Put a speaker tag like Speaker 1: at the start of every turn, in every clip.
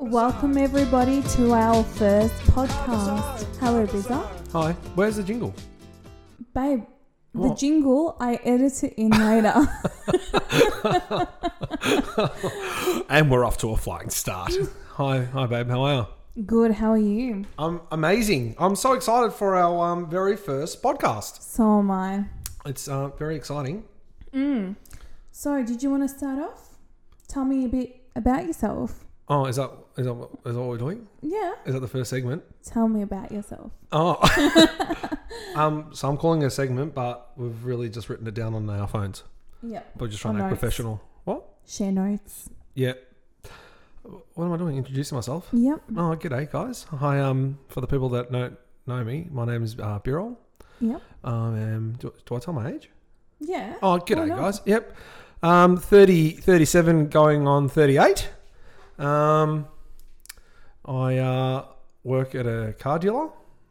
Speaker 1: Welcome everybody to our first podcast. Hello, Bizarre.
Speaker 2: Hi. Where's the jingle?
Speaker 1: Babe, the
Speaker 2: What?
Speaker 1: jingle I edit it in later.
Speaker 2: And we're off to a flying start. hi, hi, babe. How are you?
Speaker 1: Good, how are you?
Speaker 2: I'm amazing. I'm so excited for our um, very first podcast.
Speaker 1: So am I.
Speaker 2: It's uh, very exciting.
Speaker 1: Mm. So, did you want to start off? Tell me a bit about yourself.
Speaker 2: Oh, is that is that, what- is that what we're doing?
Speaker 1: Yeah.
Speaker 2: Is that the first segment?
Speaker 1: Tell me about yourself.
Speaker 2: Oh, um, so I'm calling it a segment, but we've really just written it down on our phones.
Speaker 1: Yep.
Speaker 2: We're just trying
Speaker 1: On
Speaker 2: to act
Speaker 1: notes.
Speaker 2: professional. What?
Speaker 1: Share notes.
Speaker 2: Yeah. What am I doing? Introducing myself.
Speaker 1: Yep.
Speaker 2: Oh, g'day, guys. Hi. Um, for the people that don't know me, my name is uh, Birol.
Speaker 1: Yep.
Speaker 2: Um, and do, do I tell my age?
Speaker 1: Yeah.
Speaker 2: Oh, g'day,
Speaker 1: no.
Speaker 2: guys. Yep. Um, 30, 37 going on 38. Um, I uh, work at a car dealer.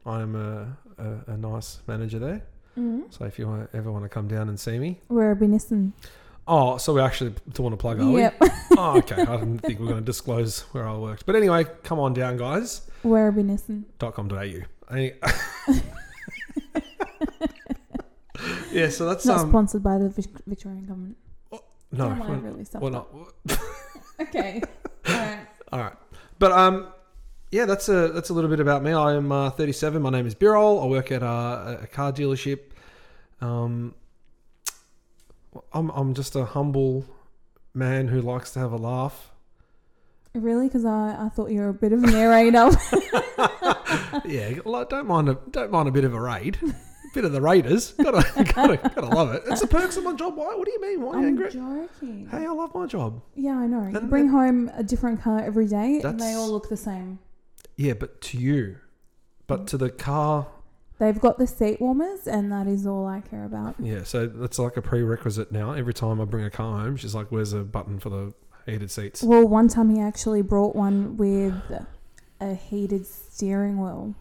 Speaker 2: I'm a, a, a nice manager there.
Speaker 1: Mm.
Speaker 2: So if you want, ever want to come down and see me.
Speaker 1: We're a Benison.
Speaker 2: Oh, so we actually want to plug, are we?
Speaker 1: Yep.
Speaker 2: oh, okay. I didn't think we were going to disclose where I worked. But anyway, come on down, guys.
Speaker 1: We're a Benison.
Speaker 2: .com.au. Any- yeah, so that's...
Speaker 1: Not
Speaker 2: um,
Speaker 1: sponsored by the Vic- Victorian government.
Speaker 2: no,
Speaker 1: Am I
Speaker 2: we're,
Speaker 1: really
Speaker 2: we're
Speaker 1: stuffed up?
Speaker 2: not...
Speaker 1: Okay. All right.
Speaker 2: All right, but um, yeah, that's a that's a little bit about me. I am uh, 37. My name is Birol. I work at uh, a, a car dealership. Um, I'm I'm just a humble man who likes to have a laugh.
Speaker 1: Really? Because I, I thought you were a bit of a narrator.
Speaker 2: yeah, like, don't mind a don't mind a bit of a raid, bit of the raiders. Gotta gotta gotta love it. It's the perks of my job. Why? What do you mean? Why are you
Speaker 1: I'm
Speaker 2: angry?
Speaker 1: joking.
Speaker 2: Oh, Hey, I love my job.
Speaker 1: Yeah, I know. You
Speaker 2: And
Speaker 1: bring
Speaker 2: it-
Speaker 1: home a different car every day and they
Speaker 2: That's-
Speaker 1: all look the same.
Speaker 2: Yeah, but to you, but to the car.
Speaker 1: They've got the seat warmers and that is all I care about.
Speaker 2: Yeah, so that's like a prerequisite now. Every time I bring a car home, she's like, "Where's a button for the heated seats?"
Speaker 1: Well, one time he actually brought one with a heated steering wheel.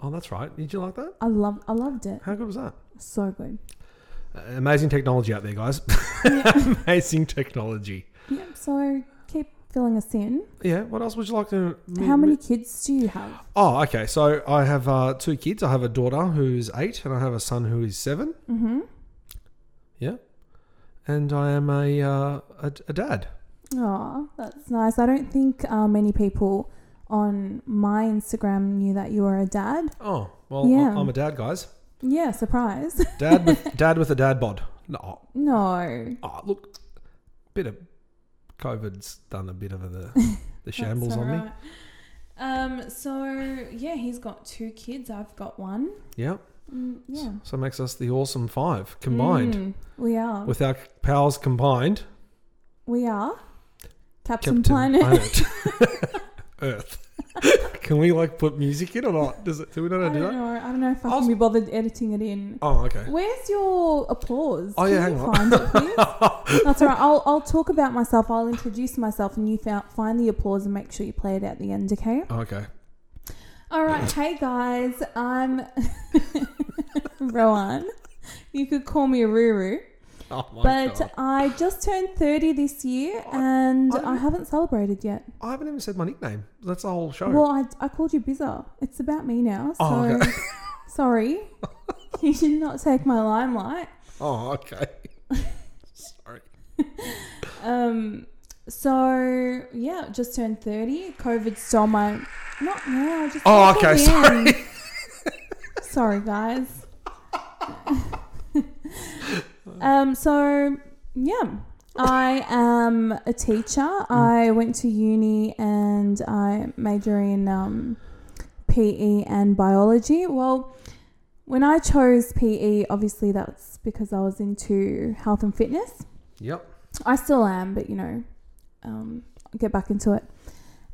Speaker 2: Oh, that's right. Did you like that?
Speaker 1: I love I loved it.
Speaker 2: How good was that?
Speaker 1: So good.
Speaker 2: Uh, amazing technology out there, guys. amazing technology.
Speaker 1: Yep, so keep filling us in.
Speaker 2: Yeah. What else would you like to?
Speaker 1: How many kids do you have?
Speaker 2: Oh, okay. So I have uh, two kids. I have a daughter who's eight, and I have a son who is seven.
Speaker 1: Mm-hmm.
Speaker 2: Yeah. And I am a uh, a, a dad.
Speaker 1: Oh, that's nice. I don't think uh, many people on my Instagram knew that you were a dad.
Speaker 2: Oh, well, I-
Speaker 1: Yeah.
Speaker 2: I'm a dad, guys.
Speaker 1: Yeah, surprise.
Speaker 2: Dad with dad with a dad bod. No,
Speaker 1: no.
Speaker 2: Oh, look, bit of COVID's done a bit of the the shambles on me.
Speaker 1: Um, so yeah, he's got two kids. I've got one.
Speaker 2: Yeah.
Speaker 1: Mm, yeah.
Speaker 2: So it makes us the awesome five combined.
Speaker 1: Mm, we are.
Speaker 2: With our powers combined,
Speaker 1: we are. Captain,
Speaker 2: Captain
Speaker 1: Planet.
Speaker 2: Planet. Earth. Can we like put music in or not? Does it? Do we not
Speaker 1: I
Speaker 2: do
Speaker 1: don't
Speaker 2: that?
Speaker 1: know. I don't know if I
Speaker 2: I'll-
Speaker 1: can be bothered editing it in.
Speaker 2: Oh, okay.
Speaker 1: Where's your applause?
Speaker 2: Oh, yeah,
Speaker 1: Can you
Speaker 2: hang on.
Speaker 1: find it,
Speaker 2: Oh,
Speaker 1: please? That's all right. I'll, I'll talk about myself. I'll introduce myself, and you found, find the applause and make sure you play it at the end, okay?
Speaker 2: Oh, okay.
Speaker 1: All right. hey, guys. I'm Rowan. You could call me Ruru.
Speaker 2: Oh my
Speaker 1: But
Speaker 2: god.
Speaker 1: I just turned 30 this year and
Speaker 2: I-
Speaker 1: I, haven't celebrated yet.
Speaker 2: I haven't even said my nickname. That's the whole show.
Speaker 1: Well, I, I called you Bizza. It's about me now. So
Speaker 2: Oh, okay.
Speaker 1: sorry. you should not take my limelight.
Speaker 2: oh, okay. Sorry.
Speaker 1: Um, so, yeah, just turned 30. COVID stole my. Not now. Just
Speaker 2: Oh,
Speaker 1: wait till
Speaker 2: okay.
Speaker 1: the
Speaker 2: Sorry.
Speaker 1: end. Sorry, guys. um, so, yeah, I am a teacher.
Speaker 2: Mm.
Speaker 1: I went to uni and I major in um, PE and biology. Well, when I chose PE, obviously that's because I was into health and fitness.
Speaker 2: Yep.
Speaker 1: I still am, but you know, um, I'll get back into it.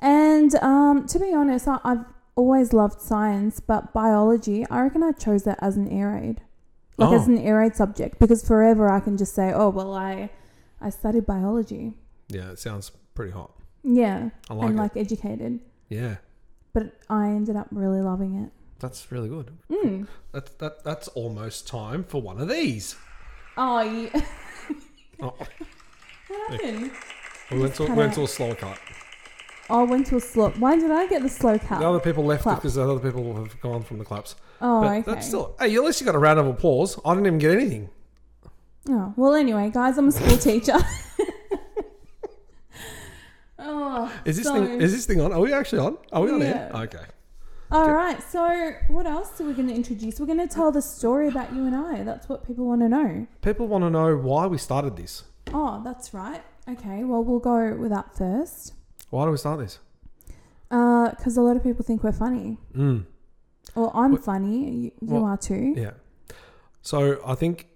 Speaker 1: And um, to be honest, I, I've always loved science, but biology, I reckon I chose that as an air aid, like
Speaker 2: Oh.
Speaker 1: as an air aid subject, because forever I can just say, oh well, I I studied biology,
Speaker 2: Yeah, it sounds pretty hot.
Speaker 1: yeah,
Speaker 2: I like
Speaker 1: and
Speaker 2: it.
Speaker 1: like educated,
Speaker 2: yeah.
Speaker 1: but I ended up really loving
Speaker 2: That's really good.
Speaker 1: it. Mm.
Speaker 2: That's that that's almost time for one of these.
Speaker 1: Oh, you,
Speaker 2: Oh,
Speaker 1: what happened?
Speaker 2: we went to,
Speaker 1: cut
Speaker 2: went
Speaker 1: out.
Speaker 2: to a slower cut.
Speaker 1: Oh, I went to a slow. Why did I get the slow
Speaker 2: The
Speaker 1: clap?
Speaker 2: other people left
Speaker 1: Clap.
Speaker 2: because the other people have gone from the claps.
Speaker 1: oh,
Speaker 2: but
Speaker 1: okay.
Speaker 2: that's still. Hey, at least you got a round of applause. I didn't even get anything.
Speaker 1: Oh, well, anyway, guys, I'm a school teacher. oh,
Speaker 2: Is this
Speaker 1: so,
Speaker 2: thing? Is this thing on? Are we actually on? Are we on air?
Speaker 1: Yeah.
Speaker 2: Okay.
Speaker 1: all right, so what else are we going to introduce? We're going to tell the story about you and I. That's what people want to know.
Speaker 2: People want to know why we started this.
Speaker 1: Oh, that's right. Okay, well, we'll go with that first.
Speaker 2: Why do we start this?
Speaker 1: Because a lot of people think we're funny.
Speaker 2: Mm.
Speaker 1: Well, I'm
Speaker 2: Wh-
Speaker 1: funny. You, you
Speaker 2: Well,
Speaker 1: are too.
Speaker 2: Yeah. So I think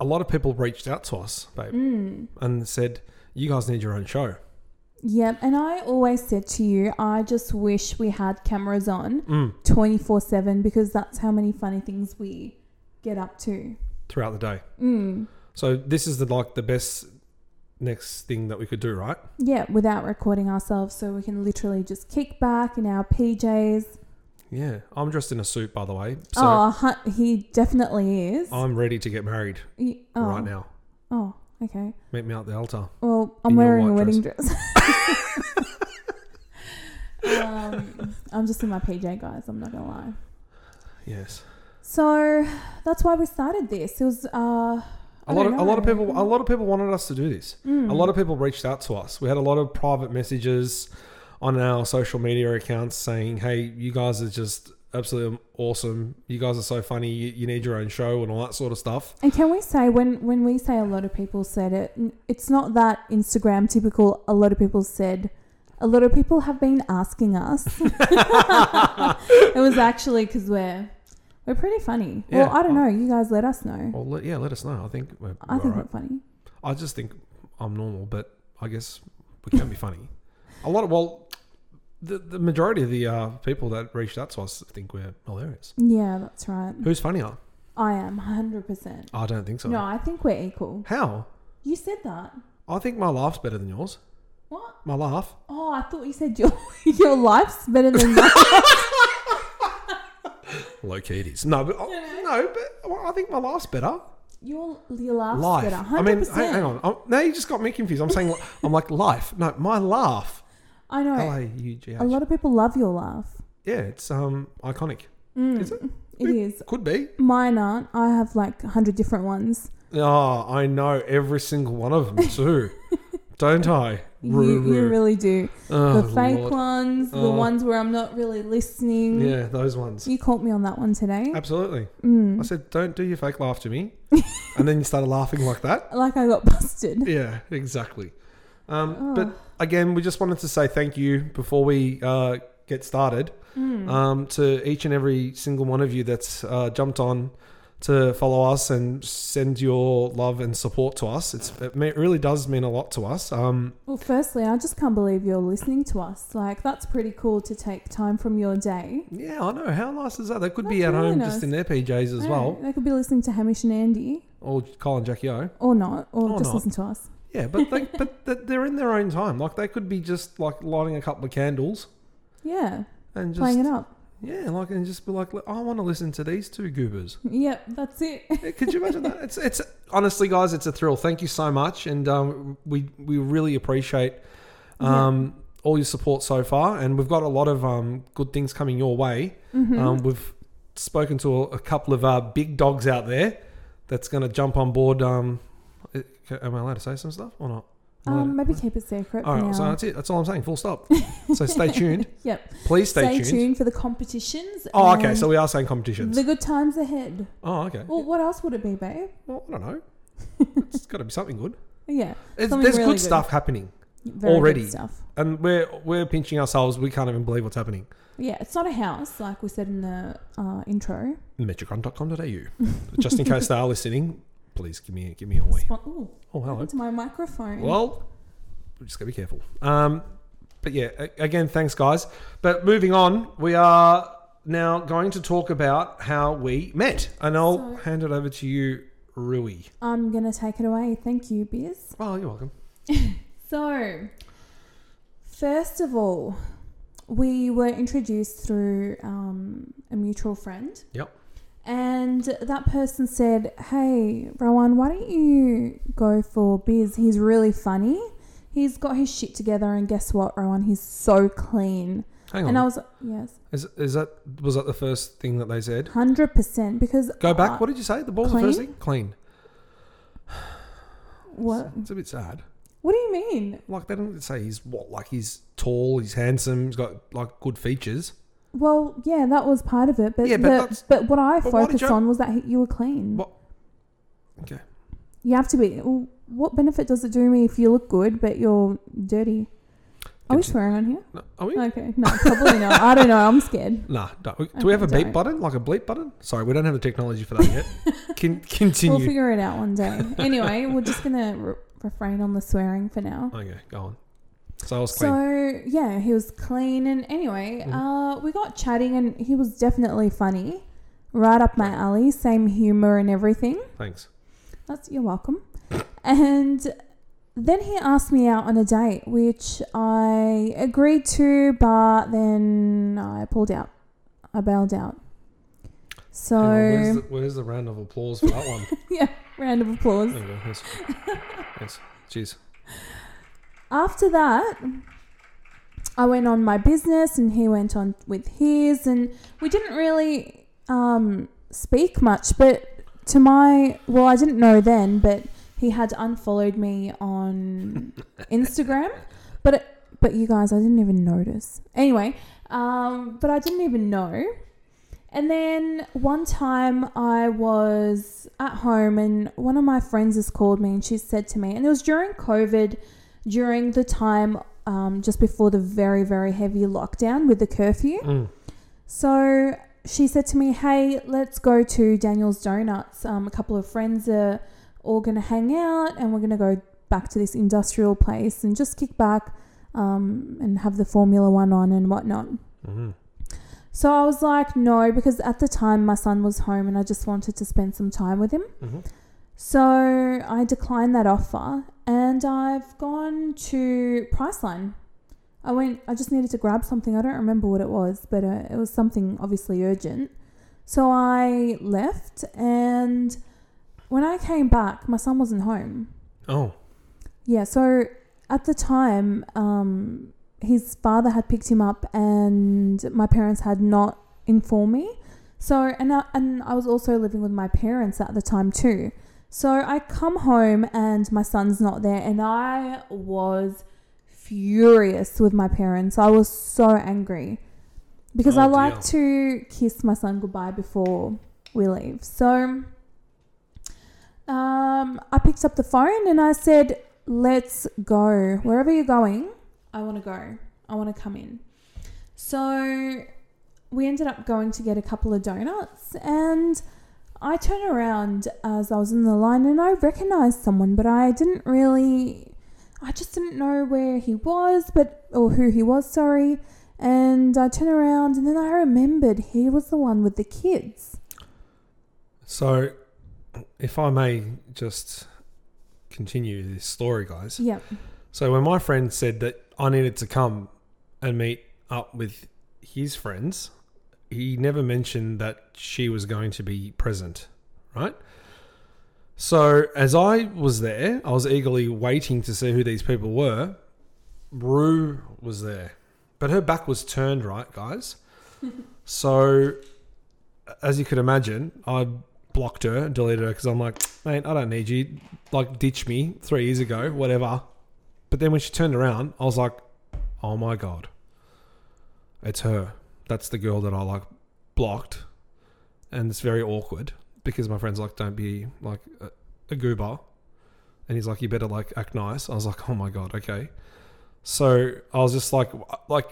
Speaker 2: a lot of people reached out to us, babe,
Speaker 1: Mm.
Speaker 2: and said, "You guys need your own show."
Speaker 1: Yep. And I always said to you, I just wish we had cameras on
Speaker 2: Mm.
Speaker 1: 24 7 because that's how many funny things we get up to.
Speaker 2: Throughout the day.
Speaker 1: Mm.
Speaker 2: So this is the like the best next thing that we could do, right?
Speaker 1: Yeah, without recording ourselves. So we can literally just kick back in our PJs.
Speaker 2: Yeah. I'm dressed in a suit, by the way. So
Speaker 1: oh, hu- he definitely is.
Speaker 2: I'm ready to get married
Speaker 1: Y- oh,
Speaker 2: right now.
Speaker 1: Oh, okay.
Speaker 2: Meet me at the altar.
Speaker 1: Well, I'm
Speaker 2: In your
Speaker 1: wearing a
Speaker 2: white
Speaker 1: wedding dress. um, I'm just in my PJ, guys. I'm not gonna lie.
Speaker 2: Yes.
Speaker 1: So that's why we started this. It was uh,
Speaker 2: A
Speaker 1: I
Speaker 2: lot of
Speaker 1: don't
Speaker 2: a lot of
Speaker 1: know.
Speaker 2: people a lot of people wanted us to do this.
Speaker 1: Mm.
Speaker 2: A lot of people reached out to us. We had a lot of private messages on our social media accounts saying, "Hey, you guys are just absolutely awesome. You guys are so funny. You, you need your own show and all that sort of stuff."
Speaker 1: And can we say when when we say a lot of people said it, n- it's not that Instagram typical. A lot of people said. A lot of people have been asking us. it was actually because we're we're pretty funny.
Speaker 2: Yeah. Oh.
Speaker 1: Well, I don't know. You guys let us know.
Speaker 2: Well, let, yeah, let us know. I think we're,
Speaker 1: Hmm. I
Speaker 2: we're
Speaker 1: think
Speaker 2: all right.
Speaker 1: we're funny.
Speaker 2: I just think I'm normal, but I guess we can be funny. A lot of well, the the majority of the uh, people that reached out to us think we're hilarious.
Speaker 1: Yeah, that's right.
Speaker 2: Who's funnier?
Speaker 1: I am hundred percent.
Speaker 2: I don't think so.
Speaker 1: No, I think we're equal.
Speaker 2: How?
Speaker 1: You said that.
Speaker 2: I think my laugh's better than yours.
Speaker 1: What?
Speaker 2: My laugh.
Speaker 1: Oh, I thought you said your your life's better than mine.
Speaker 2: Low key it is. No, but oh, no, but well, I think my life's better.
Speaker 1: your your laugh's
Speaker 2: Life.
Speaker 1: better.
Speaker 2: I
Speaker 1: Hundred
Speaker 2: mean, hang,
Speaker 1: percent.
Speaker 2: hang on. i now you just got me confused. I'm saying, li- I'm like life. No, my laugh.
Speaker 1: I know.
Speaker 2: L a u g h.
Speaker 1: A lot of people love your laugh.
Speaker 2: Yeah, it's um iconic.
Speaker 1: Mm,
Speaker 2: Is it?
Speaker 1: It is.
Speaker 2: Could be.
Speaker 1: Mine aren't. I have like a hundred different ones.
Speaker 2: Oh, I know every single one of them too. Don't I?
Speaker 1: You,
Speaker 2: Roo,
Speaker 1: you
Speaker 2: roo.
Speaker 1: really do.
Speaker 2: Oh,
Speaker 1: the fake
Speaker 2: Lord.
Speaker 1: ones, the
Speaker 2: Oh.
Speaker 1: ones where I'm not really listening.
Speaker 2: Yeah, those ones.
Speaker 1: You caught me on that one today.
Speaker 2: Absolutely. I
Speaker 1: Mm.
Speaker 2: said, don't do your fake laugh to me, and then you started laughing like that.
Speaker 1: Like I got busted.
Speaker 2: Yeah, exactly. Um,
Speaker 1: Oh.
Speaker 2: But again, we just wanted to say thank you before we uh, get started
Speaker 1: Mm.
Speaker 2: um, to each and every single one of you that's uh, jumped on to follow us and send your love and support to us. It's, it me- really does mean a lot to us. Um,
Speaker 1: Well, firstly, I just can't believe you're listening to us. Like, that's pretty cool to take time from your day.
Speaker 2: yeah, I know. How nice is that? They could be
Speaker 1: That's
Speaker 2: at
Speaker 1: really
Speaker 2: home
Speaker 1: nice.
Speaker 2: just in their PJs as
Speaker 1: I
Speaker 2: well,
Speaker 1: know, They could be listening to Hamish and Andy,
Speaker 2: or Colin Jackie O.
Speaker 1: or not, or,
Speaker 2: Or
Speaker 1: just
Speaker 2: not.
Speaker 1: listen to us.
Speaker 2: Yeah, but they, but th- they're in their own time. Like they could be just like lighting a couple of candles
Speaker 1: Yeah,
Speaker 2: and just
Speaker 1: playing it up.
Speaker 2: yeah, like and just be like, "Look, I want to listen to these two goobers.
Speaker 1: Yep, that's it.
Speaker 2: Yeah, Could you imagine that? It's it's honestly, guys, it's a thrill. Thank you so much, and um, we we really appreciate um, all your support so far. And we've got a lot of um, good things coming your way.
Speaker 1: Mhm.
Speaker 2: Um, we've spoken to a, a couple of uh, big dogs out there that's going to jump on board. Um, it- am I allowed to say some stuff or not? Am I allowed
Speaker 1: Um,
Speaker 2: to-
Speaker 1: maybe keep it secret
Speaker 2: all
Speaker 1: for
Speaker 2: right,
Speaker 1: now.
Speaker 2: so that's it. That's all I'm saying. Full stop. so stay tuned.
Speaker 1: Yep.
Speaker 2: Please stay, tuned.
Speaker 1: for the competitions.
Speaker 2: Oh, okay. So
Speaker 1: and
Speaker 2: we are saying competitions.
Speaker 1: the good times ahead.
Speaker 2: oh, okay.
Speaker 1: Well, what else would it be, babe?
Speaker 2: Well, I don't know. it's got to be something good.
Speaker 1: Yeah,
Speaker 2: It's,
Speaker 1: Something
Speaker 2: there's
Speaker 1: really
Speaker 2: good
Speaker 1: good.
Speaker 2: stuff happening,
Speaker 1: very good
Speaker 2: Already.
Speaker 1: stuff.
Speaker 2: and we're we're pinching ourselves. We can't even believe what's happening.
Speaker 1: Yeah, it's not a house like we said in the uh, intro.
Speaker 2: Metricon.com.au. Just in case they are listening, please give me give me a wee.
Speaker 1: Spon- Ooh,
Speaker 2: Oh, hello.
Speaker 1: to my microphone.
Speaker 2: Well, we just gotta be careful. Um, but yeah, a- again, thanks guys. But moving on, we are now going to talk about how we met, and
Speaker 1: So-
Speaker 2: I'll hand it over to you, Rui.
Speaker 1: I'm gonna take it away. Thank you, Biz.
Speaker 2: Oh, you're welcome.
Speaker 1: So, first of all, we were introduced through um, a mutual friend.
Speaker 2: Yep.
Speaker 1: And that person said, Hey, Rowan, why don't you go for Biz? He's really funny. He's got his shit together, and guess what, Rowan? He's so clean.
Speaker 2: Hang on.
Speaker 1: And I was yes,
Speaker 2: is, is that was that the first thing that they said?
Speaker 1: hundred percent because
Speaker 2: Go back.
Speaker 1: uh,
Speaker 2: what did you say? The ball's the first
Speaker 1: clean?
Speaker 2: thing. Clean.
Speaker 1: What?
Speaker 2: It's a bit sad.
Speaker 1: What do you mean?
Speaker 2: Like they don't say he's what? Like he's tall. He's handsome. He's got like good features.
Speaker 1: Well, yeah, that was part of it, but
Speaker 2: Yeah, but
Speaker 1: the,
Speaker 2: that's-
Speaker 1: but what I
Speaker 2: but why did
Speaker 1: focused
Speaker 2: you-
Speaker 1: on was that he- you were clean.
Speaker 2: What- Okay.
Speaker 1: You have to be. well, What benefit does it do me if you look good but you're dirty? Are we
Speaker 2: Continue.
Speaker 1: swearing on here?
Speaker 2: No, are we?
Speaker 1: Okay, no, probably not. I don't know. I'm scared.
Speaker 2: Nah. Don't. Do we have a
Speaker 1: Okay,
Speaker 2: beep
Speaker 1: don't.
Speaker 2: button? Like a bleep button? Sorry, we don't have the technology for that yet. Can continue.
Speaker 1: We'll figure it out one day. Anyway, we're just gonna re- refrain on the swearing for now.
Speaker 2: okay. Go on. So I was clean. Mm-hmm.
Speaker 1: So yeah, he was clean, and anyway, uh, we got chatting, and he was definitely funny, right up my alley. Same humor and everything.
Speaker 2: Thanks.
Speaker 1: That's you're welcome. and then he asked me out on a date, which I agreed to, but then I pulled out. I bailed out. So
Speaker 2: Hang on, where's, the, where's the round of applause for that one?
Speaker 1: yeah, round of applause.
Speaker 2: There we go. Yes. Yes. Cheers.
Speaker 1: after that, I went on my business and he went on with his, and we didn't really um, speak much. But to my, well, I didn't know then, but he had unfollowed me on Instagram. But it, but you guys, I didn't even notice. Anyway, um, but I didn't even know. And then one time I was at home and one of my friends has called me and she said to me, and it was during COVID, during the time um, just before the very, very heavy lockdown with the curfew.
Speaker 2: Mm.
Speaker 1: So she said to me, Hey, let's go to Daniel's Donuts. Um, a couple of friends are all going to hang out and we're going to go back to this industrial place and just kick back um, and have the Formula One on and whatnot.
Speaker 2: Mm.
Speaker 1: So I was like, no, because at the time my son was home and I just wanted to spend some time with him.
Speaker 2: hmm
Speaker 1: So I declined that offer and I've gone to Priceline. I went, I just needed to grab something. I don't remember what it was, but uh, it was something obviously urgent. So I left and when I came back, my son wasn't home.
Speaker 2: Oh.
Speaker 1: Yeah, so at the time, um, his father had picked him up, and my parents had not informed me. So, and I, and I was also living with my parents at the time too. So I come home and my son's not there, and I was furious with my parents. I was so angry because
Speaker 2: Oh,
Speaker 1: I like to kiss my son goodbye before we leave. So um, I picked up the phone and I said, Let's go. Wherever you're going, I want to go. I want to come in. So we ended up going to get a couple of donuts and I turned around as I was in the line and I recognized someone, but I didn't really, I just didn't know where he was, but, or who he was, sorry. And I turned around and then I remembered he was the one with the kids.
Speaker 2: So, if I may just continue this story, guys.
Speaker 1: Yep.
Speaker 2: So, when my friend said that I needed to come and meet up with his friends, he never mentioned that she was going to be present, right? So, as I was there, I was eagerly waiting to see who these people were. Rue was there, but her back was turned, right, guys? so, as you could imagine, I blocked her and deleted her because I'm like, mate, I don't need you. Like, ditch me three years ago, whatever. But then when she turned around, I was like, oh my God. It's her. That's the girl that I like blocked. And it's very awkward because my friend's like, don't be like a, a goober. And he's like, you better like act nice. I was like, oh my God, okay. So I was just like, like,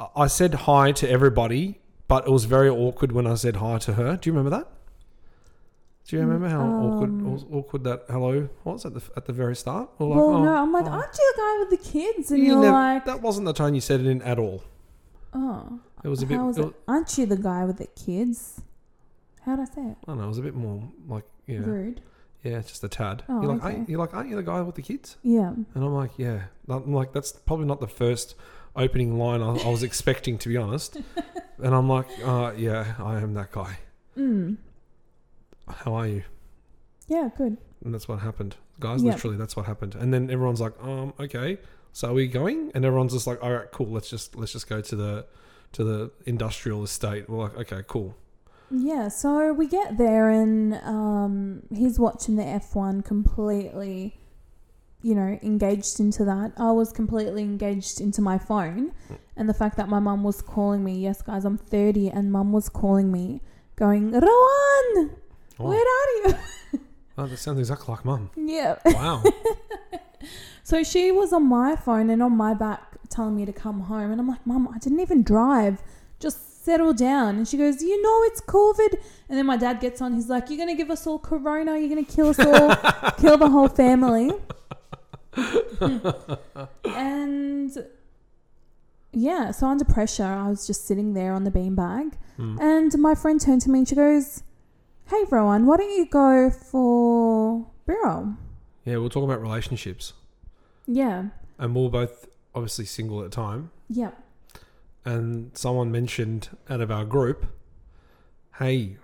Speaker 2: I- I said hi to everybody, but it was very awkward when I said hi to her. Do you remember that? Do you remember how
Speaker 1: um,
Speaker 2: awkward awkward that hello was at the at the very start? Or
Speaker 1: well,
Speaker 2: oh,
Speaker 1: no, I'm like,
Speaker 2: oh.
Speaker 1: aren't you the guy with the kids? And
Speaker 2: You
Speaker 1: you are
Speaker 2: never-
Speaker 1: like,
Speaker 2: that wasn't the tone you said it in at all.
Speaker 1: oh,
Speaker 2: It was a bit.
Speaker 1: how was
Speaker 2: it
Speaker 1: it?
Speaker 2: was-
Speaker 1: Aren't you the guy with the kids? How'd I say it?
Speaker 2: I don't know. It was a bit more like yeah,
Speaker 1: Rude.
Speaker 2: yeah, just a tad.
Speaker 1: Oh,
Speaker 2: you're like,
Speaker 1: okay.
Speaker 2: aren't, you're like, aren't you the guy with the kids?
Speaker 1: Yeah.
Speaker 2: And I'm like, yeah. I'm like, that's probably not the first opening line I, I was expecting, to be honest. And I'm like, uh, yeah, I am that guy.
Speaker 1: Mm.
Speaker 2: How are you?
Speaker 1: Yeah, good.
Speaker 2: And that's what happened, guys.
Speaker 1: Yep.
Speaker 2: Literally, that's what happened. And then everyone's like, um, okay, so are we going? And everyone's just like, all right, cool. Let's just let's just go to the to the industrial estate. We're like, okay, cool.
Speaker 1: Yeah, so we get there and um, he's watching the F1 completely, you know, engaged into that. I was completely engaged into my phone and the fact that my mum was calling me. Yes, guys, I'm 30 and mum was calling me going, Rowan,
Speaker 2: Oh,
Speaker 1: where are you?
Speaker 2: oh, that sounds exactly like mum.
Speaker 1: yeah.
Speaker 2: Wow.
Speaker 1: So she was on my phone and on my back telling me to come home. And I'm like, Mum, I didn't even drive. Just settle down. And she goes, You know, it's COVID. And then my dad gets on. He's like, You're going to give us all corona. You're going to kill us all, kill the whole family. and yeah, so under pressure, I was just sitting there on the beanbag.
Speaker 2: Mm.
Speaker 1: And my friend turned to me and she goes, Hey, Rowan, why don't you go for beer? roll?"
Speaker 2: yeah, we'll talk about relationships,
Speaker 1: Yeah.
Speaker 2: and we we're both obviously single at the time.
Speaker 1: Yeah.
Speaker 2: And someone mentioned out of our group, hey,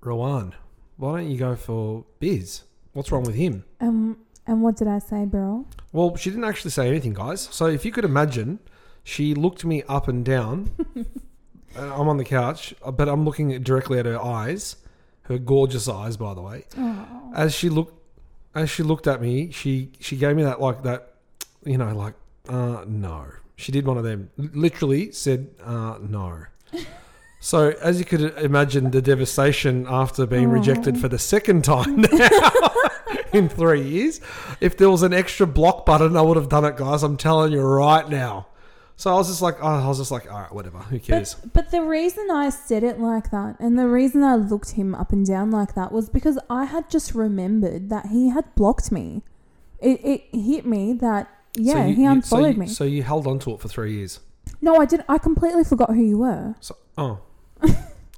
Speaker 2: Rowan, why don't you go for Biz? What's wrong with him?
Speaker 1: Um, and what did I say, Beryl?
Speaker 2: Well, she didn't actually say anything, guys. So if you could imagine, she looked me up and down. and I'm on the couch, but I'm looking directly at her eyes, her gorgeous eyes, by the way.
Speaker 1: Oh,
Speaker 2: As she looked, as she looked at me, she she gave me that like that, you know, like uh no. She did one of them. L- Literally said uh no. So as you could imagine, the devastation after being rejected
Speaker 1: Aw.
Speaker 2: for the second time now in three years. If there was an extra block button, I would have done it, guys. I'm telling you right now. So I was just like, oh, I was just like, all right, whatever. Who cares?
Speaker 1: but, but the reason I said it like that and the reason I looked him up and down like that was because I had just remembered that he had blocked me. It, it hit me that, yeah,
Speaker 2: so you-
Speaker 1: he
Speaker 2: you- so
Speaker 1: unfollowed
Speaker 2: you-
Speaker 1: me.
Speaker 2: So you held on to it for three years.
Speaker 1: no, I didn't. I completely forgot who you were.
Speaker 2: So oh,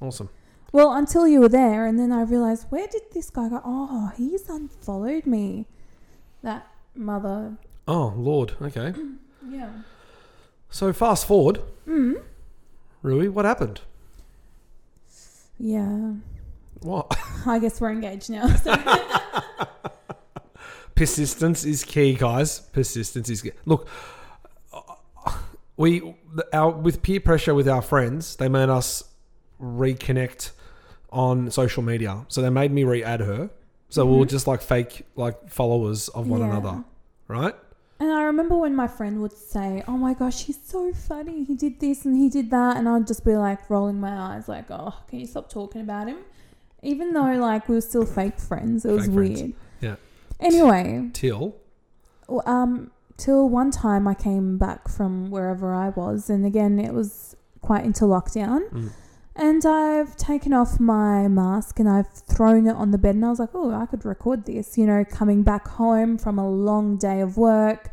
Speaker 2: awesome.
Speaker 1: Well, until you were there, and then I realized, where did this guy go? Oh, he's unfollowed me. That mother.
Speaker 2: Oh Lord, okay.
Speaker 1: Yeah.
Speaker 2: So fast forward,
Speaker 1: Mm.
Speaker 2: Rui, what happened?
Speaker 1: Yeah.
Speaker 2: What?
Speaker 1: I guess we're engaged now. So.
Speaker 2: Persistence is key, guys. Persistence is key. Look, uh, we our with peer pressure with our friends, they made us reconnect on social media. So they made me re-add her. So we were just like fake like followers of one
Speaker 1: Yeah.
Speaker 2: another, right?
Speaker 1: And I remember when my friend would say, Oh my gosh, he's so funny. He did this and he did that. And I'd just be like rolling my eyes, like, Oh, can you stop talking about him? Even though, like, we were still fake friends. It was
Speaker 2: Fake
Speaker 1: weird.
Speaker 2: friends. Yeah.
Speaker 1: Anyway,
Speaker 2: Till
Speaker 1: w- um, till one time I came back from wherever I was. And again, it was quite into lockdown.
Speaker 2: Mm.
Speaker 1: And I've taken off my mask and I've thrown it on the bed. And I was like, oh, I could record this, you know, coming back home from a long day of work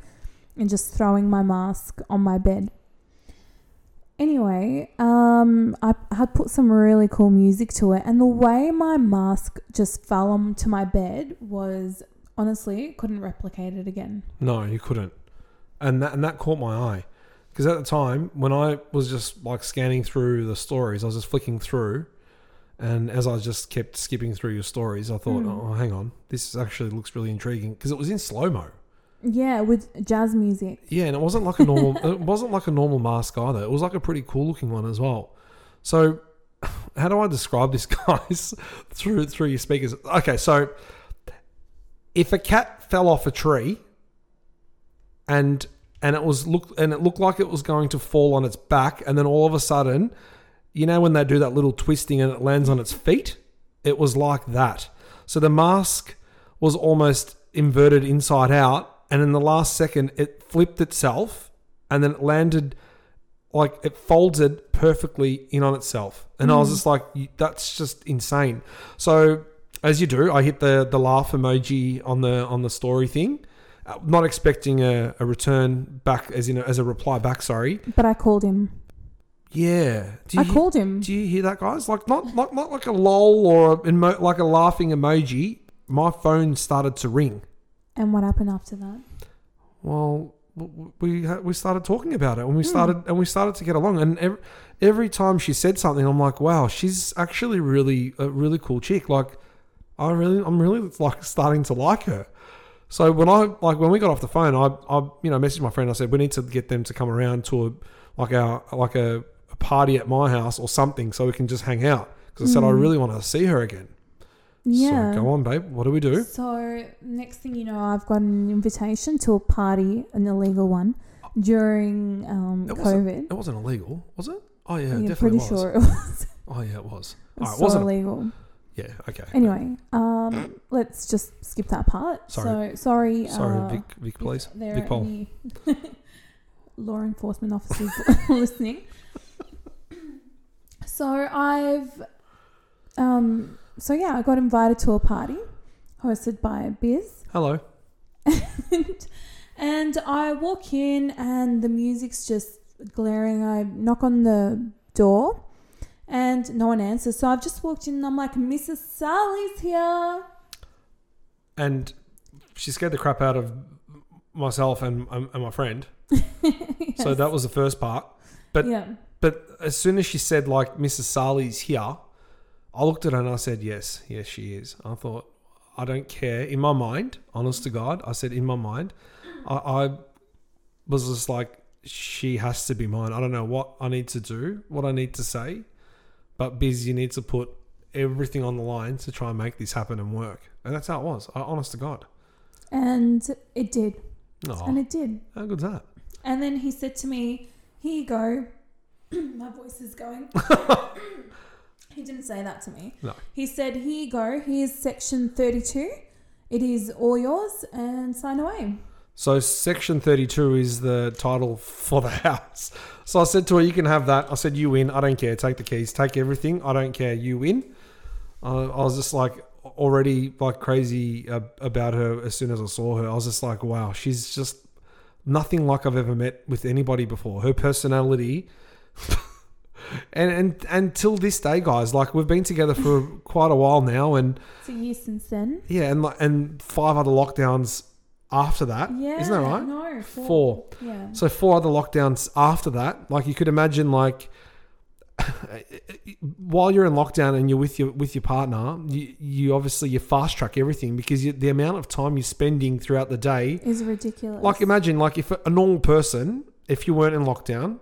Speaker 1: and just throwing my mask on my bed. Anyway, um, I I had put some really cool music to it. And the way my mask just fell onto my bed was honestly, couldn't replicate it again.
Speaker 2: No, you couldn't. And that and that caught my eye. Because at the time, when I was just like scanning through the stories, I was just flicking through. And as I just kept skipping through your stories, I thought,
Speaker 1: Mm.
Speaker 2: oh, hang on, this actually looks really intriguing. Because it was in slow mo.
Speaker 1: Yeah, with jazz music.
Speaker 2: Yeah, and it wasn't like a normal. it wasn't like a normal mask either. It was like a pretty cool looking one as well. So, how do I describe this, guys? through through your speakers. Okay, so if a cat fell off a tree, and and it was look and it looked like it was going to fall on its back, and then all of a sudden, you know when they do that little twisting and it lands on its feet, it was like that. So the mask was almost inverted inside out, and in the last second, it flipped itself, and then it landed like it folded perfectly in on itself, and I was just like, "You- "That's just insane." So as you do, I hit the the laugh emoji on the on the story thing, uh, not expecting a, a return back as in a, as a reply back. Sorry,
Speaker 1: But I called him.
Speaker 2: yeah. Do
Speaker 1: I
Speaker 2: you-
Speaker 1: called him.
Speaker 2: do you hear that, guys? Like not not not like a lol or a, emo- like a laughing emoji. My phone started to ring.
Speaker 1: And what happened after that?
Speaker 2: Well, w- w- we ha- we started talking about it, and we
Speaker 1: Hmm.
Speaker 2: started and we started to get along. And every, every time she said something, I'm like, wow, she's actually really a really cool chick. Like, I really, I'm really like starting to like her. So when I like when we got off the phone, I, I you know messaged my friend. I said we need to get them to come around to a like our like a, a party at my house or something so we can just hang out. Because I said I really want to see her again.
Speaker 1: Hmm. Yeah.
Speaker 2: So go on, babe. What do we do?
Speaker 1: So next thing you know, I've got an invitation to a party, an illegal one, during um,
Speaker 2: It wasn't-
Speaker 1: COVID.
Speaker 2: It wasn't illegal, was it? Oh yeah, it
Speaker 1: You're pretty
Speaker 2: definitely was.
Speaker 1: sure it was.
Speaker 2: Oh yeah, it was.
Speaker 1: It was
Speaker 2: Alright,
Speaker 1: so
Speaker 2: wasn't it?
Speaker 1: illegal.
Speaker 2: Yeah. Okay.
Speaker 1: Anyway, um, let's just skip that part.
Speaker 2: Sorry.
Speaker 1: So sorry.
Speaker 2: Sorry,
Speaker 1: uh,
Speaker 2: Vic, Vic, please.
Speaker 1: If there
Speaker 2: Big
Speaker 1: are
Speaker 2: poll.
Speaker 1: any law enforcement officers listening. So I've, um, so yeah, I got invited to a party hosted by Biz,
Speaker 2: Hello.
Speaker 1: and, and I walk in and the music's just glaring. I knock on the door, and no one answers. So I've just walked in and I'm like, Mrs. Sally's here.
Speaker 2: And she scared the crap out of myself and and my friend. So that was the first part. but-
Speaker 1: yeah.
Speaker 2: But as soon as she said like Mrs. Sali's here, I looked at her and I said, Yes, yes, she is. I thought, I don't care. In my mind, honest to God, I said in my mind, I, I was just like, She has to be mine. I don't know what I need to do, what I need to say. But Biz, you need to put everything on the line to try and make this happen and work. And that's how it was. I, honest to God.
Speaker 1: And it did, and
Speaker 2: Oh,
Speaker 1: it did.
Speaker 2: how good's that?
Speaker 1: And then he said to me, Here you go. My voice is going. he didn't say that to me.
Speaker 2: No.
Speaker 1: He said, Here you go. Here's section 32. It is all yours and sign away.
Speaker 2: So section 32 is the title for the house. So I said to her, you can have that. I said, you win. I don't care. Take the keys. Take everything. I don't care. You win. Uh, I was just like already like crazy uh, about her as soon as I saw her. I was just like, wow, she's just nothing like I've ever met with anybody before. Her personality. And, and and till this day, guys, like we've been together for quite a while now, and
Speaker 1: It's a year since then.
Speaker 2: yeah, and like and five other lockdowns after that,
Speaker 1: Yeah.
Speaker 2: not that right?
Speaker 1: No.
Speaker 2: Four.
Speaker 1: Yeah.
Speaker 2: So four other lockdowns after that. Like you could imagine, like while you're in lockdown and you're with your with your partner, you, you obviously you fast track everything because you, the amount of time you're spending throughout the day.
Speaker 1: Is ridiculous.
Speaker 2: Like imagine, like if a normal person, if you weren't in lockdown,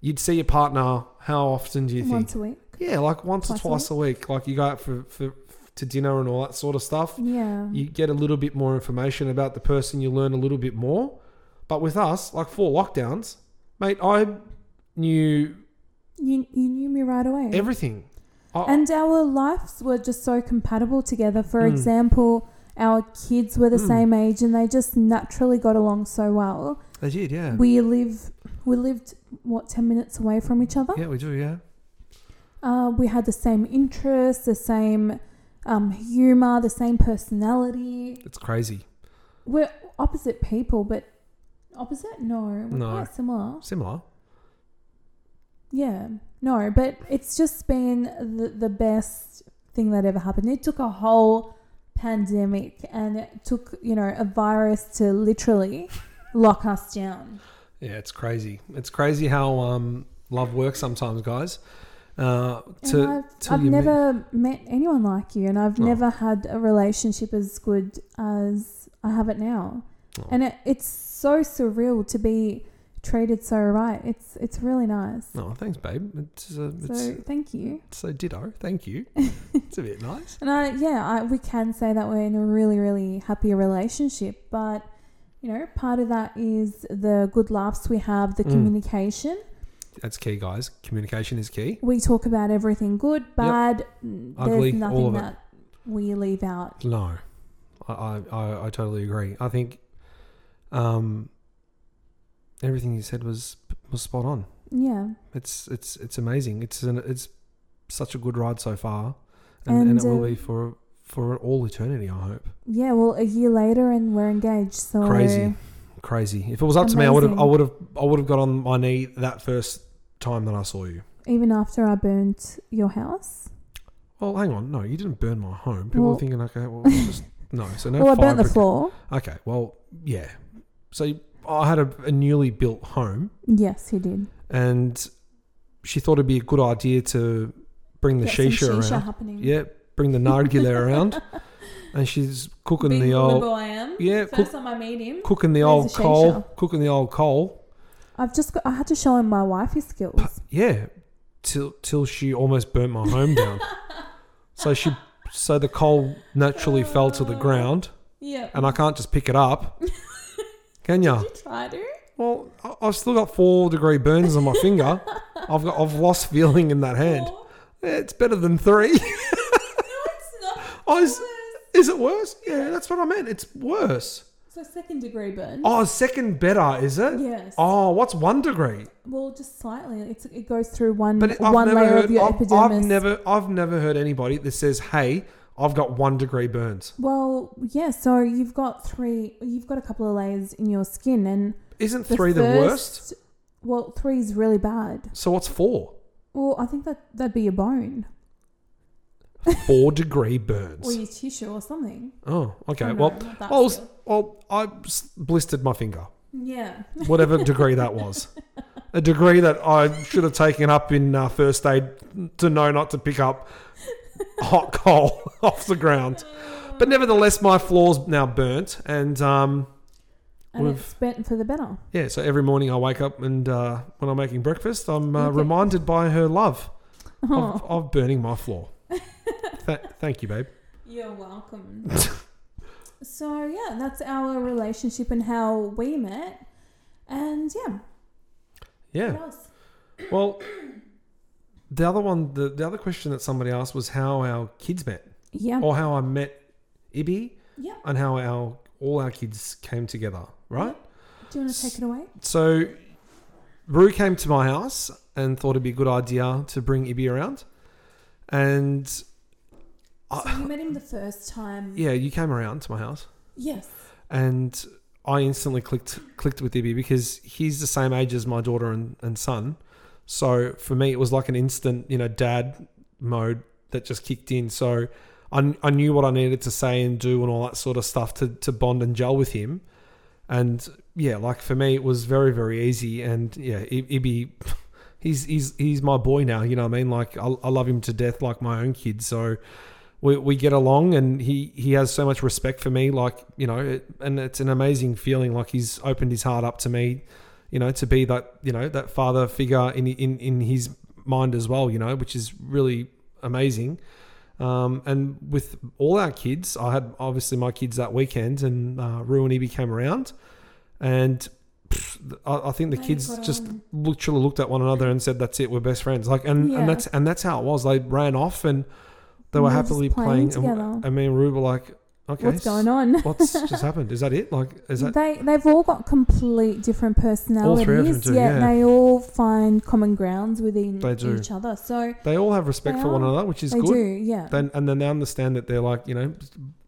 Speaker 2: you'd see your partner. How often do you think?
Speaker 1: once a week.
Speaker 2: Yeah, like once or
Speaker 1: Twice a
Speaker 2: twice a week. Like you go out for, for to dinner and all that sort of stuff
Speaker 1: Yeah.
Speaker 2: you get a little bit more information about the person, you learn a little bit more. But with us, like four lockdowns, mate, I knew
Speaker 1: You, you knew me right away.
Speaker 2: everything. I,
Speaker 1: And our lives were just so compatible together. For
Speaker 2: Mm.
Speaker 1: example, our kids were the
Speaker 2: Mm.
Speaker 1: same age and they just naturally got along so well.
Speaker 2: they did, yeah.
Speaker 1: We live we lived what 10 minutes away from each other.
Speaker 2: yeah, we do, yeah.
Speaker 1: Uh, we had the same interests, the same um, humor, the same personality.
Speaker 2: It's crazy.
Speaker 1: We're opposite people, but opposite? No, we're
Speaker 2: No.
Speaker 1: quite similar.
Speaker 2: Similar.
Speaker 1: Yeah, no, but it's just been the, the best thing that ever happened. It took a whole pandemic and it took, you know, a virus to literally lock us down.
Speaker 2: Yeah, it's crazy. It's crazy how um, love works sometimes, guys. Uh,
Speaker 1: And
Speaker 2: to,
Speaker 1: I've,
Speaker 2: till
Speaker 1: I've
Speaker 2: you meet-
Speaker 1: never met anyone like you, and I've
Speaker 2: Oh.
Speaker 1: never had a relationship as good as I have it now.
Speaker 2: Oh.
Speaker 1: And it, it's so surreal to be treated so right. It's it's really nice.
Speaker 2: Oh, thanks, babe. It's, uh,
Speaker 1: so
Speaker 2: it's
Speaker 1: thank you.
Speaker 2: so ditto. Thank you. it's a bit nice.
Speaker 1: And I, yeah, I, we can say that we're in a really, really happy relationship, but you know, part of that is the good laughs we have, the
Speaker 2: Mm.
Speaker 1: communication.
Speaker 2: That's key, guys. Communication is key.
Speaker 1: We talk about everything good, bad. mm,
Speaker 2: Ugly,
Speaker 1: There's nothing
Speaker 2: all of it.
Speaker 1: that we leave out.
Speaker 2: No, I, I, I, I totally agree. I think um, everything you said was was spot on.
Speaker 1: Yeah.
Speaker 2: It's it's it's amazing. It's an, it's such a good ride so far, and, and,
Speaker 1: And,
Speaker 2: it will be
Speaker 1: um,
Speaker 2: for for all eternity. I hope.
Speaker 1: Yeah, well, a year later and we're engaged. So
Speaker 2: Crazy, crazy. If it was up to me, I would have I
Speaker 1: Amazing.
Speaker 2: would have I would have got on my knee that first time that I saw you.
Speaker 1: even after I burnt your house,
Speaker 2: Well, hang on. No, you didn't burn my home. People
Speaker 1: Well-
Speaker 2: were thinking, okay, well, just no. So no.
Speaker 1: well, I
Speaker 2: fire
Speaker 1: burnt the
Speaker 2: brigade.
Speaker 1: floor.
Speaker 2: Okay. Well, yeah. So you- I had a, a newly built home.
Speaker 1: Yes, he did.
Speaker 2: and she thought it'd be a good idea to bring the
Speaker 1: Get some
Speaker 2: shisha around.
Speaker 1: happening.
Speaker 2: Yeah, bring the nargile around. and she's cooking
Speaker 1: Big
Speaker 2: the
Speaker 1: liberal
Speaker 2: old
Speaker 1: I am.
Speaker 2: yeah,
Speaker 1: First
Speaker 2: cook,
Speaker 1: time I meet him,
Speaker 2: cooking the
Speaker 1: There's
Speaker 2: old
Speaker 1: a
Speaker 2: coal,
Speaker 1: shisha.
Speaker 2: cooking the old coal.
Speaker 1: I've just got, I had to show him my wifey skills.
Speaker 2: Yeah, till till she almost burnt my home down. so she so the coal naturally fell to the ground,
Speaker 1: Yeah.
Speaker 2: and I can't just pick it up. Can ya?
Speaker 1: Did you try to?
Speaker 2: Well, I- I've still got four degree burns on my finger. I've got I've lost feeling in that hand.
Speaker 1: Or-
Speaker 2: Yeah, it's better than three.
Speaker 1: No, it's not.
Speaker 2: Oh, is-
Speaker 1: It's worse.
Speaker 2: Is it worse? Yeah, that's what I meant. It's worse.
Speaker 1: So second degree burn.
Speaker 2: Oh, second better, is it?
Speaker 1: Yes.
Speaker 2: Oh, what's one degree?
Speaker 1: Well, just slightly. It's, it goes through one
Speaker 2: But it, I've
Speaker 1: one
Speaker 2: never
Speaker 1: layer
Speaker 2: heard,
Speaker 1: of your
Speaker 2: I've, I've
Speaker 1: epidermis.
Speaker 2: never, I've never heard anybody that says, "Hey, I've got one degree burns."
Speaker 1: Well, yeah. So you've got three. You've got a couple of layers in your skin, and
Speaker 2: Isn't
Speaker 1: the
Speaker 2: three the worst?
Speaker 1: first- Well, three is really bad.
Speaker 2: So what's four?
Speaker 1: Well, I think that that'd be your bone
Speaker 2: Four degree
Speaker 1: or
Speaker 2: burns.
Speaker 1: your tissue or something.
Speaker 2: Oh, okay.
Speaker 1: Oh, no,
Speaker 2: well,
Speaker 1: not that
Speaker 2: I was,
Speaker 1: skill.
Speaker 2: well, I s- blistered my finger,
Speaker 1: yeah.
Speaker 2: whatever degree that was. A degree that I should have taken up in uh, first aid to know not to pick up hot coal off the ground. But nevertheless, my floor's now burnt, and um,
Speaker 1: And
Speaker 2: We've-
Speaker 1: it's bent for the better.
Speaker 2: yeah. So every morning I wake up, and uh, when I'm making breakfast, I'm uh,
Speaker 1: Okay.
Speaker 2: reminded by her love of,
Speaker 1: Oh,
Speaker 2: of burning my floor. Th- thank you, babe.
Speaker 1: you're welcome. so yeah, that's our relationship and how we met, and yeah.
Speaker 2: Yeah.
Speaker 1: What else?
Speaker 2: Well, the other one, the, the other question that somebody asked was how our kids met,
Speaker 1: Yeah.
Speaker 2: or how I met Ibby,
Speaker 1: Yeah.
Speaker 2: and how our all our kids came together, right?
Speaker 1: Do you want to take it away?
Speaker 2: So, Rue came to my house and thought it'd be a good idea to bring Ibby around. And
Speaker 1: so
Speaker 2: I,
Speaker 1: you met him the first time.
Speaker 2: yeah, you came around to my house,
Speaker 1: Yes.
Speaker 2: and I instantly clicked clicked with Ibby because he's the same age as my daughter and, and son. So for me, it was like an instant, you know, dad mode that just kicked in. So I, I knew what I needed to say and do and all that sort of stuff to, to bond and gel with him. And yeah, like for me, it was very, very easy. And yeah, I- Ibby, he's, he's, he's my boy now. You know what I mean? Like I, I love him to death, like my own kid. So we, we get along and he, he has so much respect for me. Like, you know, it, and it's an amazing feeling. Like he's opened his heart up to me, you know, to be that, you know, that father figure in, in, in his mind as well, you know, which is really amazing. Um, and with all our kids, I had obviously my kids that weekend, and uh, Rue and Evie came around, and pff, I, I think the
Speaker 1: They
Speaker 2: kids
Speaker 1: got
Speaker 2: just
Speaker 1: on.
Speaker 2: literally looked at one another and said, "That's it, we're best friends." Like, and,
Speaker 1: Yeah.
Speaker 2: and that's and that's how it was. They ran off and they were
Speaker 1: And they're just
Speaker 2: happily
Speaker 1: playing
Speaker 2: playing. and,
Speaker 1: together.
Speaker 2: and me and Rue were like, "Okay,
Speaker 1: What's going on?
Speaker 2: what's just happened? Is that it? Like, is that
Speaker 1: they they've all got complete different
Speaker 2: them
Speaker 1: personalities,
Speaker 2: do,
Speaker 1: yet
Speaker 2: yeah.
Speaker 1: they all find common grounds within
Speaker 2: They do.
Speaker 1: each other. So
Speaker 2: they all have respect
Speaker 1: They
Speaker 2: for one
Speaker 1: are.
Speaker 2: another, which is
Speaker 1: they
Speaker 2: good."
Speaker 1: do, yeah.
Speaker 2: Then and then they understand that they're like you know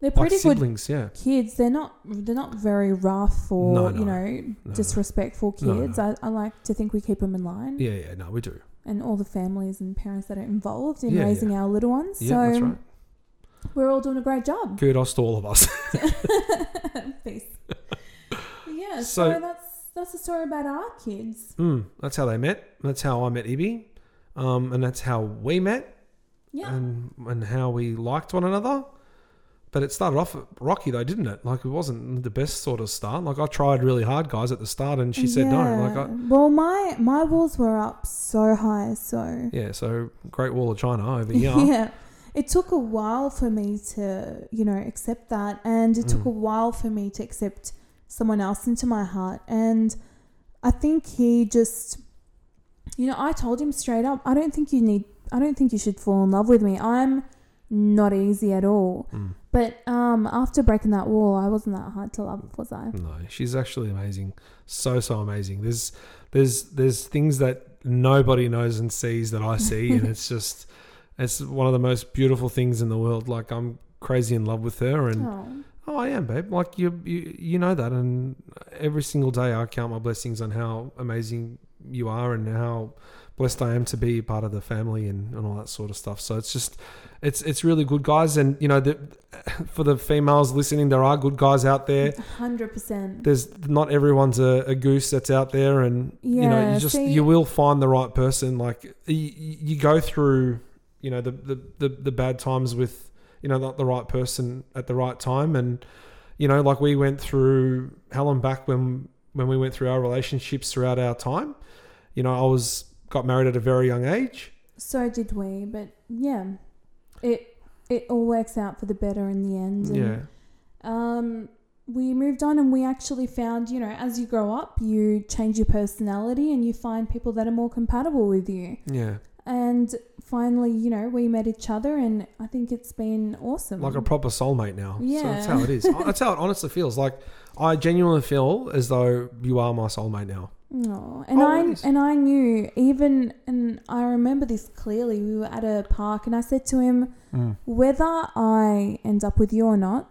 Speaker 1: They're
Speaker 2: like
Speaker 1: pretty good
Speaker 2: siblings, yeah.
Speaker 1: kids. They're not they're not very rough or
Speaker 2: No,
Speaker 1: you
Speaker 2: no.
Speaker 1: know
Speaker 2: no.
Speaker 1: disrespectful
Speaker 2: No, no.
Speaker 1: kids. I, I like to think we keep them in line,
Speaker 2: Yeah, yeah, no, we do.
Speaker 1: and all the families and parents that are involved in
Speaker 2: Yeah,
Speaker 1: raising our little ones.
Speaker 2: Yeah,
Speaker 1: so
Speaker 2: that's right.
Speaker 1: we're all doing a great job.
Speaker 2: Kudos to all of us.
Speaker 1: Peace. yeah.
Speaker 2: So-
Speaker 1: so that's that's the story about our kids.
Speaker 2: Mm, that's how they met. That's how I met Ibby. Um, and that's how we met
Speaker 1: Yeah.
Speaker 2: and, and how we liked one another. But it started off rocky though, didn't it? Like it wasn't the best sort of start. Like I tried really hard, guys, at the start, and she said no. Like I,
Speaker 1: Yeah. well, my my walls were up so high, so
Speaker 2: yeah, so Great Wall of China over here.
Speaker 1: yeah. It took a while for me to, you know, accept that, and it took
Speaker 2: Mm.
Speaker 1: a while for me to accept someone else into my heart. And I think he just, you know, I told him straight up, I don't think you need, I don't think you should fall in love with me. I'm not easy at all.
Speaker 2: Mm,
Speaker 1: But um, after breaking that wall, I wasn't that hard to love, was I?
Speaker 2: no, she's actually amazing. So so amazing. There's there's there's things that nobody knows and sees that I see, and it's just it's one of the most beautiful things in the world. Like I'm crazy in love with her, and
Speaker 1: Oh,
Speaker 2: Oh, I am, babe. Like you, you, you know that, and every single day I count my blessings on how amazing you are and how blessed I am to be part of the family and, and all that sort of stuff. So it's just, it's it's really good, guys. And you know, the, for the females listening, there are good guys out there.
Speaker 1: 100%.
Speaker 2: There's not everyone's a, a goose that's out there, and you know,
Speaker 1: Yeah,
Speaker 2: you just
Speaker 1: see-
Speaker 2: you will find the right person. Like you, you go through, you know, the the the, the bad times with you know, the, the right person at the right time. And you know, like we went through hell and back when when we went through our relationships throughout our time. You know, I was got married at a very young age.
Speaker 1: So did we, but yeah, it it all works out for the better in the end. And,
Speaker 2: Yeah,
Speaker 1: Um, we moved on, and we actually found, you know, as you grow up, you change your personality, and you find people that are more compatible with you.
Speaker 2: yeah.
Speaker 1: And finally, you know, we met each other, and I think it's been awesome.
Speaker 2: like a proper soulmate now.
Speaker 1: Yeah.
Speaker 2: So that's how it is. that's how it honestly feels. Like I genuinely feel as though you are my soulmate now.
Speaker 1: Oh, and
Speaker 2: Oh,
Speaker 1: I
Speaker 2: nice.
Speaker 1: and I knew even, and I remember this clearly. We were at a park, and I said to him,
Speaker 2: Mm.
Speaker 1: "Whether I end up with you or not,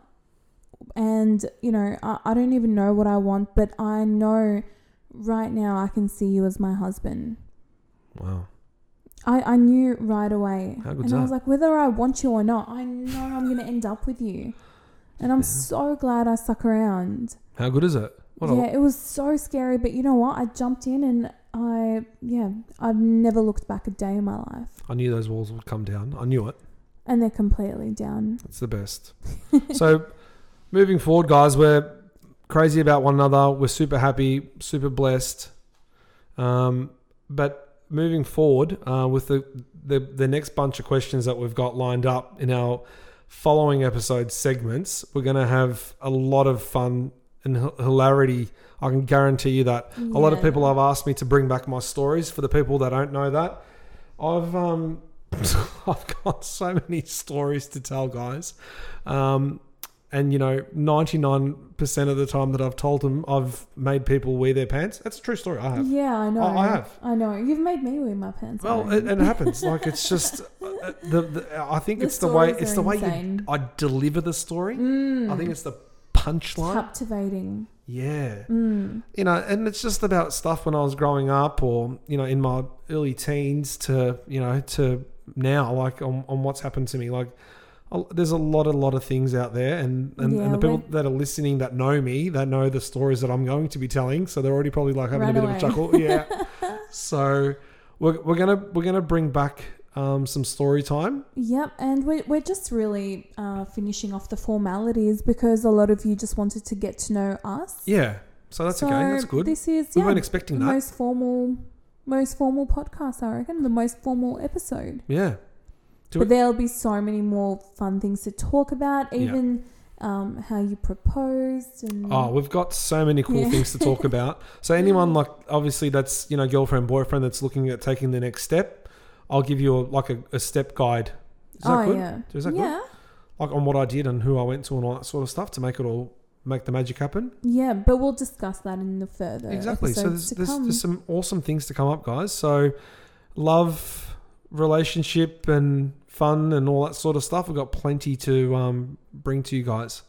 Speaker 1: and you know, I, I don't even know what I want, but I know right now I can see you as my husband."
Speaker 2: Wow.
Speaker 1: I, I knew right away,
Speaker 2: How good's
Speaker 1: and I was
Speaker 2: that?
Speaker 1: like, "Whether I want you or not, I know I'm going to end up with you," and I'm
Speaker 2: Yeah.
Speaker 1: so glad I stuck around.
Speaker 2: How good is it? What
Speaker 1: yeah,
Speaker 2: a,
Speaker 1: it was so scary, but you know what? I jumped in and I, yeah, I've never looked back a day in my life.
Speaker 2: I knew those walls would come down. I knew it.
Speaker 1: And they're completely down.
Speaker 2: It's the best. so, moving forward, guys, we're crazy about one another. We're super happy, super blessed. Um, but moving forward uh, with the, the the next bunch of questions that we've got lined up in our following episode segments, we're going to have a lot of fun and hi- hilarity. I can guarantee you that. A lot of
Speaker 1: Yeah.
Speaker 2: people have asked me to bring back my stories. For the people that don't know that, I've um, I've got so many stories to tell, guys. Um, and you know, ninety nine percent of the time that I've told them, I've made people wear their pants. That's a true story. I have.
Speaker 1: Yeah, I know.
Speaker 2: Oh, I have.
Speaker 1: I know. You've made me wear my pants.
Speaker 2: Well,
Speaker 1: Aaron.
Speaker 2: it, it happens. Like it's just uh, the, the. I think
Speaker 1: The
Speaker 2: it's the way.
Speaker 1: stories
Speaker 2: It's
Speaker 1: are
Speaker 2: the way you,
Speaker 1: insane.
Speaker 2: I deliver the story.
Speaker 1: Mm.
Speaker 2: I think it's the
Speaker 1: It's
Speaker 2: punchline.
Speaker 1: captivating.
Speaker 2: Yeah.
Speaker 1: Mm.
Speaker 2: you know, and it's just about stuff when I was growing up or, you know, in my early teens to, you know, to now, like on, on what's happened to me. Like, a- there's a lot, a lot of things out there, and, and,
Speaker 1: Yeah,
Speaker 2: and the people
Speaker 1: we're-
Speaker 2: that are listening that know me, that know the stories that I'm going to be telling, so they're already probably like having
Speaker 1: Right
Speaker 2: a bit of
Speaker 1: away.
Speaker 2: a chuckle. Yeah. so we're, we're gonna we're gonna bring back um, some story time.
Speaker 1: Yep, and we're, we're just really uh, finishing off the formalities because a lot of you just wanted to get to know us.
Speaker 2: Yeah. So that's
Speaker 1: So
Speaker 2: okay. That's good.
Speaker 1: This is
Speaker 2: we
Speaker 1: yeah,
Speaker 2: weren't
Speaker 1: the
Speaker 2: expecting that.
Speaker 1: most formal, most formal podcast. I reckon the most formal episode.
Speaker 2: yeah. Do
Speaker 1: but
Speaker 2: it.
Speaker 1: there'll be so many more fun things to talk about,
Speaker 2: Yeah.
Speaker 1: even um, how you proposed and
Speaker 2: Oh, we've got so many cool
Speaker 1: Yeah.
Speaker 2: things to talk about. So anyone like obviously that's you know girlfriend boyfriend that's looking at taking the next step, I'll give you a, like a, a step guide. Is that
Speaker 1: oh
Speaker 2: good?
Speaker 1: yeah,
Speaker 2: Is that good?
Speaker 1: yeah,
Speaker 2: Like on what I did and who I went to and all that sort of stuff to make it all make the magic happen.
Speaker 1: yeah. But we'll discuss that in the further
Speaker 2: exactly. So
Speaker 1: episodes
Speaker 2: there's
Speaker 1: to
Speaker 2: there's,
Speaker 1: come.
Speaker 2: there's some awesome things to come up, guys. So love, relationship, and fun and all that sort of stuff. We've got plenty to um, bring to you guys.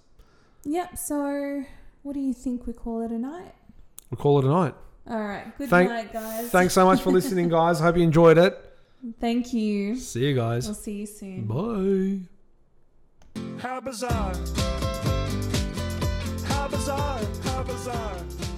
Speaker 1: Yep. So what do you think we call it a night?
Speaker 2: We'll call it a night.
Speaker 1: All right. Good
Speaker 2: Thank-
Speaker 1: night, guys.
Speaker 2: Thanks so much for listening, guys. Hope you enjoyed it.
Speaker 1: Thank you.
Speaker 2: See you guys.
Speaker 1: We'll see you soon.
Speaker 2: Bye.
Speaker 3: How bizarre. How bizarre. How bizarre.